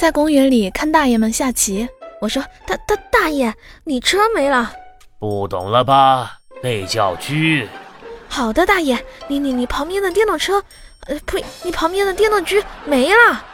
在公园里看大爷们下棋。我说大大大爷，你车没了。不懂了吧？那叫车。好的，大爷，你你你旁边的电动车，呃，呸，你旁边的电动车没了。